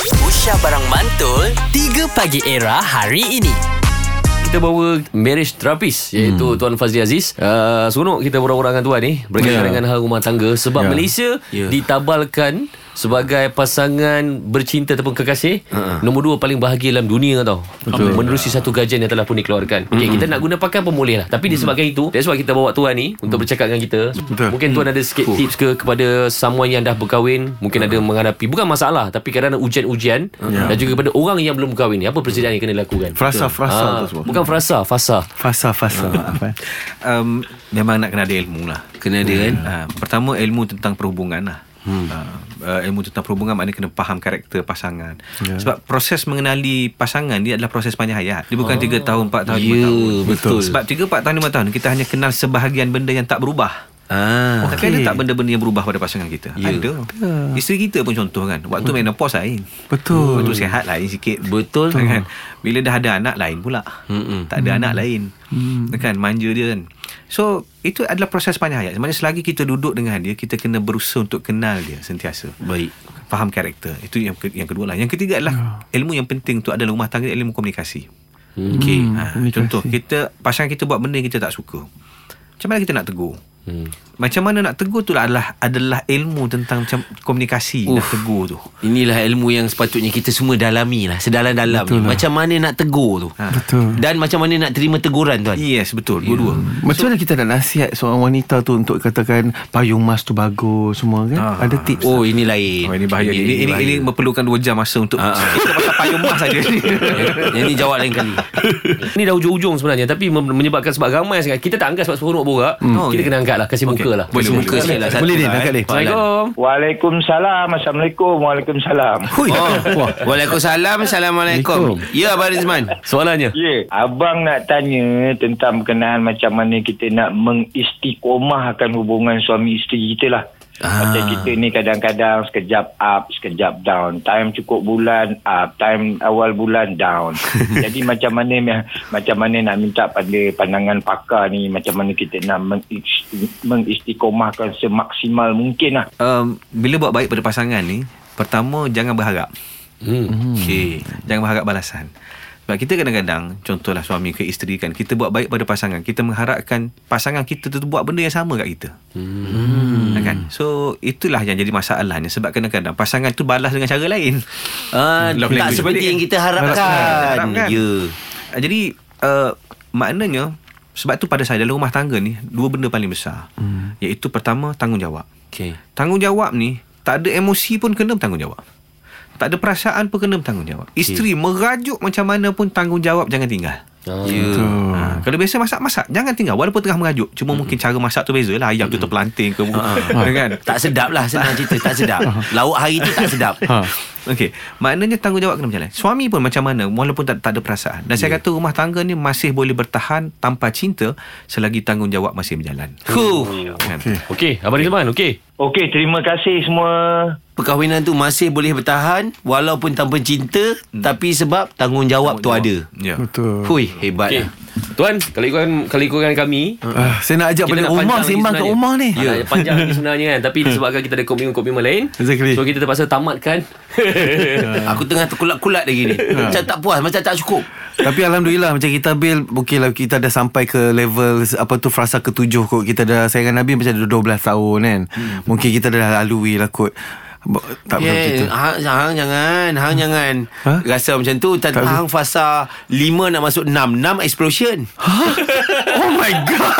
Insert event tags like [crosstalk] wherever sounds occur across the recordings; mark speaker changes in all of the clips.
Speaker 1: Aisyah Barang Mantul 3 Pagi Era hari ini
Speaker 2: kita bawa marriage therapist iaitu hmm. Tuan Fazli Aziz. Uh, seronok kita berorang dengan tuan ni berkaitan yeah.
Speaker 3: Ya.
Speaker 2: dengan hal rumah tangga sebab yeah.
Speaker 3: Ya.
Speaker 2: Malaysia
Speaker 1: Ya.
Speaker 2: yeah. ditabalkan sebagai pasangan bercinta ataupun kekasih
Speaker 3: Ha,
Speaker 2: uh-huh. nombor dua paling bahagia dalam dunia tau. Betul. Menerusi satu gajian yang telah pun dikeluarkan. Mm-hmm. Okay,
Speaker 3: Hmm.
Speaker 2: kita nak guna pakai pun boleh lah. Tapi mm. disebabkan itu that's why kita bawa tuan ni untuk bercakap dengan kita.
Speaker 3: Hmm. Betul. Hmm.
Speaker 2: Mungkin tuan ada sikit
Speaker 3: Huh.
Speaker 2: tips ke kepada someone yang dah berkahwin, mungkin ada menghadapi bukan masalah tapi kadang-kadang ujian-ujian
Speaker 3: Ha, Ya.
Speaker 2: dan juga kepada orang yang belum berkahwin ni apa persediaan yang kena dilakukan?
Speaker 3: Frasa frasa
Speaker 2: Ah,
Speaker 3: tu semua.
Speaker 2: Bukan frasa Fasa
Speaker 4: Fasa fasa maaf eh.
Speaker 3: um, memang nak kena ada ilmu lah.
Speaker 1: Kena ada kan
Speaker 3: Ha, pertama ilmu tentang perhubungan lah. Hmm. Uh, ilmu tentang perhubungan maknanya kena faham karakter pasangan.
Speaker 1: Ya.
Speaker 3: Yeah. Sebab proses mengenali pasangan ni adalah proses panjang hayat. Dia bukan 3 tahun, 4 tahun,
Speaker 1: Oh.
Speaker 3: 5
Speaker 1: Ya,
Speaker 3: tahun.
Speaker 1: betul.
Speaker 3: Sebab 3, 4 tahun, 5 tahun kita hanya kenal sebahagian benda yang tak berubah.
Speaker 1: Ah,
Speaker 3: Okay. Tapi ada tak benda-benda yang berubah pada pasangan kita?
Speaker 1: Ya.
Speaker 3: Ada. Isteri kita pun contoh kan. Waktu menopause lain.
Speaker 4: Betul.
Speaker 3: Waktu sehat lain sikit.
Speaker 1: Betul.
Speaker 3: Kan? Bila dah ada anak lain pula.
Speaker 1: Mm-mm.
Speaker 3: Tak ada anak lain. Kan manja dia kan. So itu adalah proses panjang hayat. Sebenarnya selagi kita duduk dengan dia, kita kena berusaha untuk kenal dia sentiasa.
Speaker 1: Baik
Speaker 3: Faham karakter. Itu yang ke- yang kedua lah. Yang ketiga adalah
Speaker 1: Ya.
Speaker 3: ilmu yang penting tu adalah rumah tangga ilmu komunikasi.
Speaker 1: Mm-hmm.
Speaker 3: Okey.
Speaker 4: Hmm,
Speaker 3: Ha,
Speaker 4: komunikasi.
Speaker 3: contoh kita pasangan kita buat benda yang kita tak suka. Macam mana kita nak tegur?
Speaker 2: hmm.
Speaker 3: Macam mana nak tegur tu lah adalah adalah ilmu tentang macam komunikasi Uff. nak
Speaker 1: Uff.
Speaker 3: tegur tu.
Speaker 1: Inilah ilmu yang sepatutnya kita semua dalami lah Sedalam-dalam ni. Macam mana nak tegur tu
Speaker 3: Ha.
Speaker 4: Betul.
Speaker 1: Dan macam mana nak terima teguran tuan
Speaker 3: Yes, betul. Dua-dua.
Speaker 4: Macam mana lah kita nak nasihat seorang wanita tu untuk katakan payung mas tu bagus semua kan?
Speaker 3: Ah.
Speaker 4: Ada tips.
Speaker 1: Oh ini lain
Speaker 3: Oh, ini bahaya. Ini, ini, ini,
Speaker 1: bahaya.
Speaker 3: ini memerlukan dua jam masa untuk kita pakai payung mas saja ni.
Speaker 1: [laughs] Yang ni jawab lain
Speaker 3: [laughs]
Speaker 1: kali
Speaker 2: Ini dah ujung-ujung sebenarnya Tapi mem- menyebabkan sebab ramai sangat Kita tak angkat sebab seronok borak hmm.
Speaker 3: Oh,
Speaker 2: Kita
Speaker 3: okey.
Speaker 2: kena angkat lah Kasih muka
Speaker 3: Okey.
Speaker 2: lah
Speaker 3: Boleh,
Speaker 1: Boleh muka
Speaker 3: boleh.
Speaker 1: sikit lah satu
Speaker 4: Boleh Din,
Speaker 1: lah, eh.
Speaker 4: angkat Din.
Speaker 2: Assalamualaikum
Speaker 5: Waalaikumsalam. Assalamualaikum. Waalaikumsalam.
Speaker 4: Hui.
Speaker 1: Oh,
Speaker 4: Wah.
Speaker 1: Waalaikumsalam Assalamualaikum Ya Abang Rizman
Speaker 2: Soalannya
Speaker 5: Ya, abang nak tanya tentang berkenaan macam mana kita nak mengistiqomahkan hubungan suami isteri kita lah.
Speaker 1: Ah.
Speaker 5: Ah. Macam kita ni kadang-kadang sekejap up, sekejap down. Time cukup bulan up, time awal bulan down. Jadi macam mana macam mana nak minta pada pandangan pakar ni macam mana kita nak mengis- mengistiqomahkan semaksimal mungkin lah.
Speaker 3: um, bila buat baik pada pasangan ni, pertama jangan berharap.
Speaker 2: hmm.
Speaker 3: Hmm. Okey, jangan berharap balasan. Sebab kita kadang-kadang, contohlah suami ke isteri kan, kita buat baik pada pasangan, kita mengharapkan pasangan kita tu buat benda yang sama kat kita. Hmm. Kan? So, itulah yang jadi masalahnya sebab kadang-kadang pasangan tu balas dengan cara lain.
Speaker 1: Ah,
Speaker 3: Hmm, Love
Speaker 1: Tak
Speaker 3: language.
Speaker 1: seperti yang kita harapkan
Speaker 3: Harapkan.
Speaker 1: Ya
Speaker 3: Ah, Jadi uh, maknanya sebab tu pada saya dalam rumah tangga ni dua benda paling besar. Hmm. Iaitu pertama tanggungjawab.
Speaker 1: Okay
Speaker 3: Tanggungjawab ni tak ada emosi pun kena bertanggungjawab. Tak ada perasaan pun kena bertanggungjawab. Isteri merajuk macam mana pun tanggungjawab jangan tinggal.
Speaker 1: Ya
Speaker 4: Betul.
Speaker 3: Ha, kalau biasa masak-masak Jangan tinggal Walaupun tengah merajuk Cuma mungkin cara masak tu beza lah Ayam tu terpelanting ke [laughs] kan?
Speaker 1: Tak sedap lah Senang cerita Tak sedap Lauk hari tu tak sedap
Speaker 4: Ha.
Speaker 3: Okey, maknanya tanggungjawab kena berjalan. Suami pun macam mana walaupun tak, tak ada perasaan. Dan yeah. saya kata rumah tangga ni masih boleh bertahan tanpa cinta selagi tanggungjawab masih berjalan.
Speaker 1: Huh
Speaker 3: Kan?
Speaker 2: Okey Abang Rizman Okey
Speaker 5: Okey, terima kasih semua.
Speaker 1: Perkahwinan tu masih boleh bertahan Walaupun tanpa cinta Tapi sebab Hmm. tanggungjawab, tu ada
Speaker 3: Ya.
Speaker 4: Betul.
Speaker 1: Hui hebat lah.
Speaker 2: Okey
Speaker 1: okay.
Speaker 2: Tuan Kalau ikutkan Kalau ikutkan kami
Speaker 4: Ah, saya nak ajak balik
Speaker 2: nak
Speaker 4: rumah
Speaker 2: panjang lagi
Speaker 4: sembang kat
Speaker 2: sebenarnya.
Speaker 4: rumah ni.
Speaker 3: Ya.
Speaker 4: Ya.
Speaker 2: Ah, nak Panjang lagi sebenarnya kan
Speaker 3: [laughs]
Speaker 2: Tapi disebabkan kita ada komitmen-komitmen lain
Speaker 4: Exactly.
Speaker 2: So kita terpaksa tamatkan
Speaker 1: Aku tengah terkulat-kulat lagi ni Macam tak puas Macam tak cukup
Speaker 4: Tapi alhamdulillah macam kita Bil Okey lah kita dah sampai ke level Apa tu frasa ketujuh kot Kita dah sayangan Nabi macam dah 12 tahun kan hmm. Mungkin kita dah lalui lah kot Ba- Tak yeah. betul
Speaker 1: Yeah, Ya, hang, hang jangan Hang jangan
Speaker 4: Ha?
Speaker 1: Rasa macam tu Tan,
Speaker 4: Tak
Speaker 1: Hang fasa 5 nak masuk 6 6 explosion
Speaker 4: Oh my god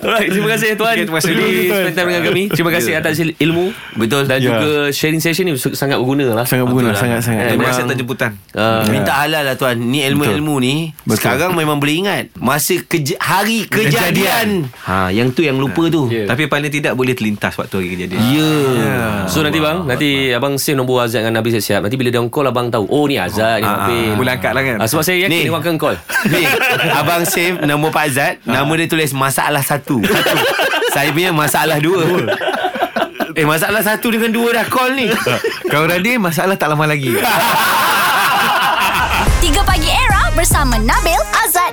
Speaker 2: Alright Terima kasih Tuan
Speaker 3: Okey, terima kasih. Ya.
Speaker 2: Sudi Spend time dengan kami Terima kasih atas ilmu
Speaker 1: Betul
Speaker 2: Dan
Speaker 4: Ya.
Speaker 2: juga sharing session ni su- Sangat berguna lah
Speaker 4: Sangat berguna
Speaker 1: Betul lah.
Speaker 4: Sangat-sangat
Speaker 3: Terima
Speaker 1: Memang-
Speaker 3: kasih atas jemputan.
Speaker 1: Yeah.
Speaker 2: Ah.
Speaker 1: Minta halal lah tuan Ni ilmu-ilmu ni Betul.
Speaker 4: Betul.
Speaker 1: Sekarang memang boleh ingat Masa keje, hari kejadian, ha, Yang tu yang lupa tu
Speaker 2: Ya.
Speaker 1: Ya
Speaker 3: Tapi paling tidak boleh terlintas waktu hari Ya. kejadian.
Speaker 2: So nanti bang Nanti abang save nombor Azad dengan Nabil siap-siap Nanti bila dia on call Abang tahu Oh ni Azad ni
Speaker 3: Ah,
Speaker 2: Nabil
Speaker 3: ah. Boleh angkat lah kan?
Speaker 2: Ah, Sebab saya
Speaker 1: Ni.
Speaker 2: yakin dia akan call
Speaker 1: Ni Abang save Nombor Pak Azad Nama dia tulis Masalah satu Saya punya masalah dua Eh masalah satu dengan dua dah call ni
Speaker 4: Kau Radin masalah tak lama lagi
Speaker 6: 3 Pagi Era bersama Nabil, Azad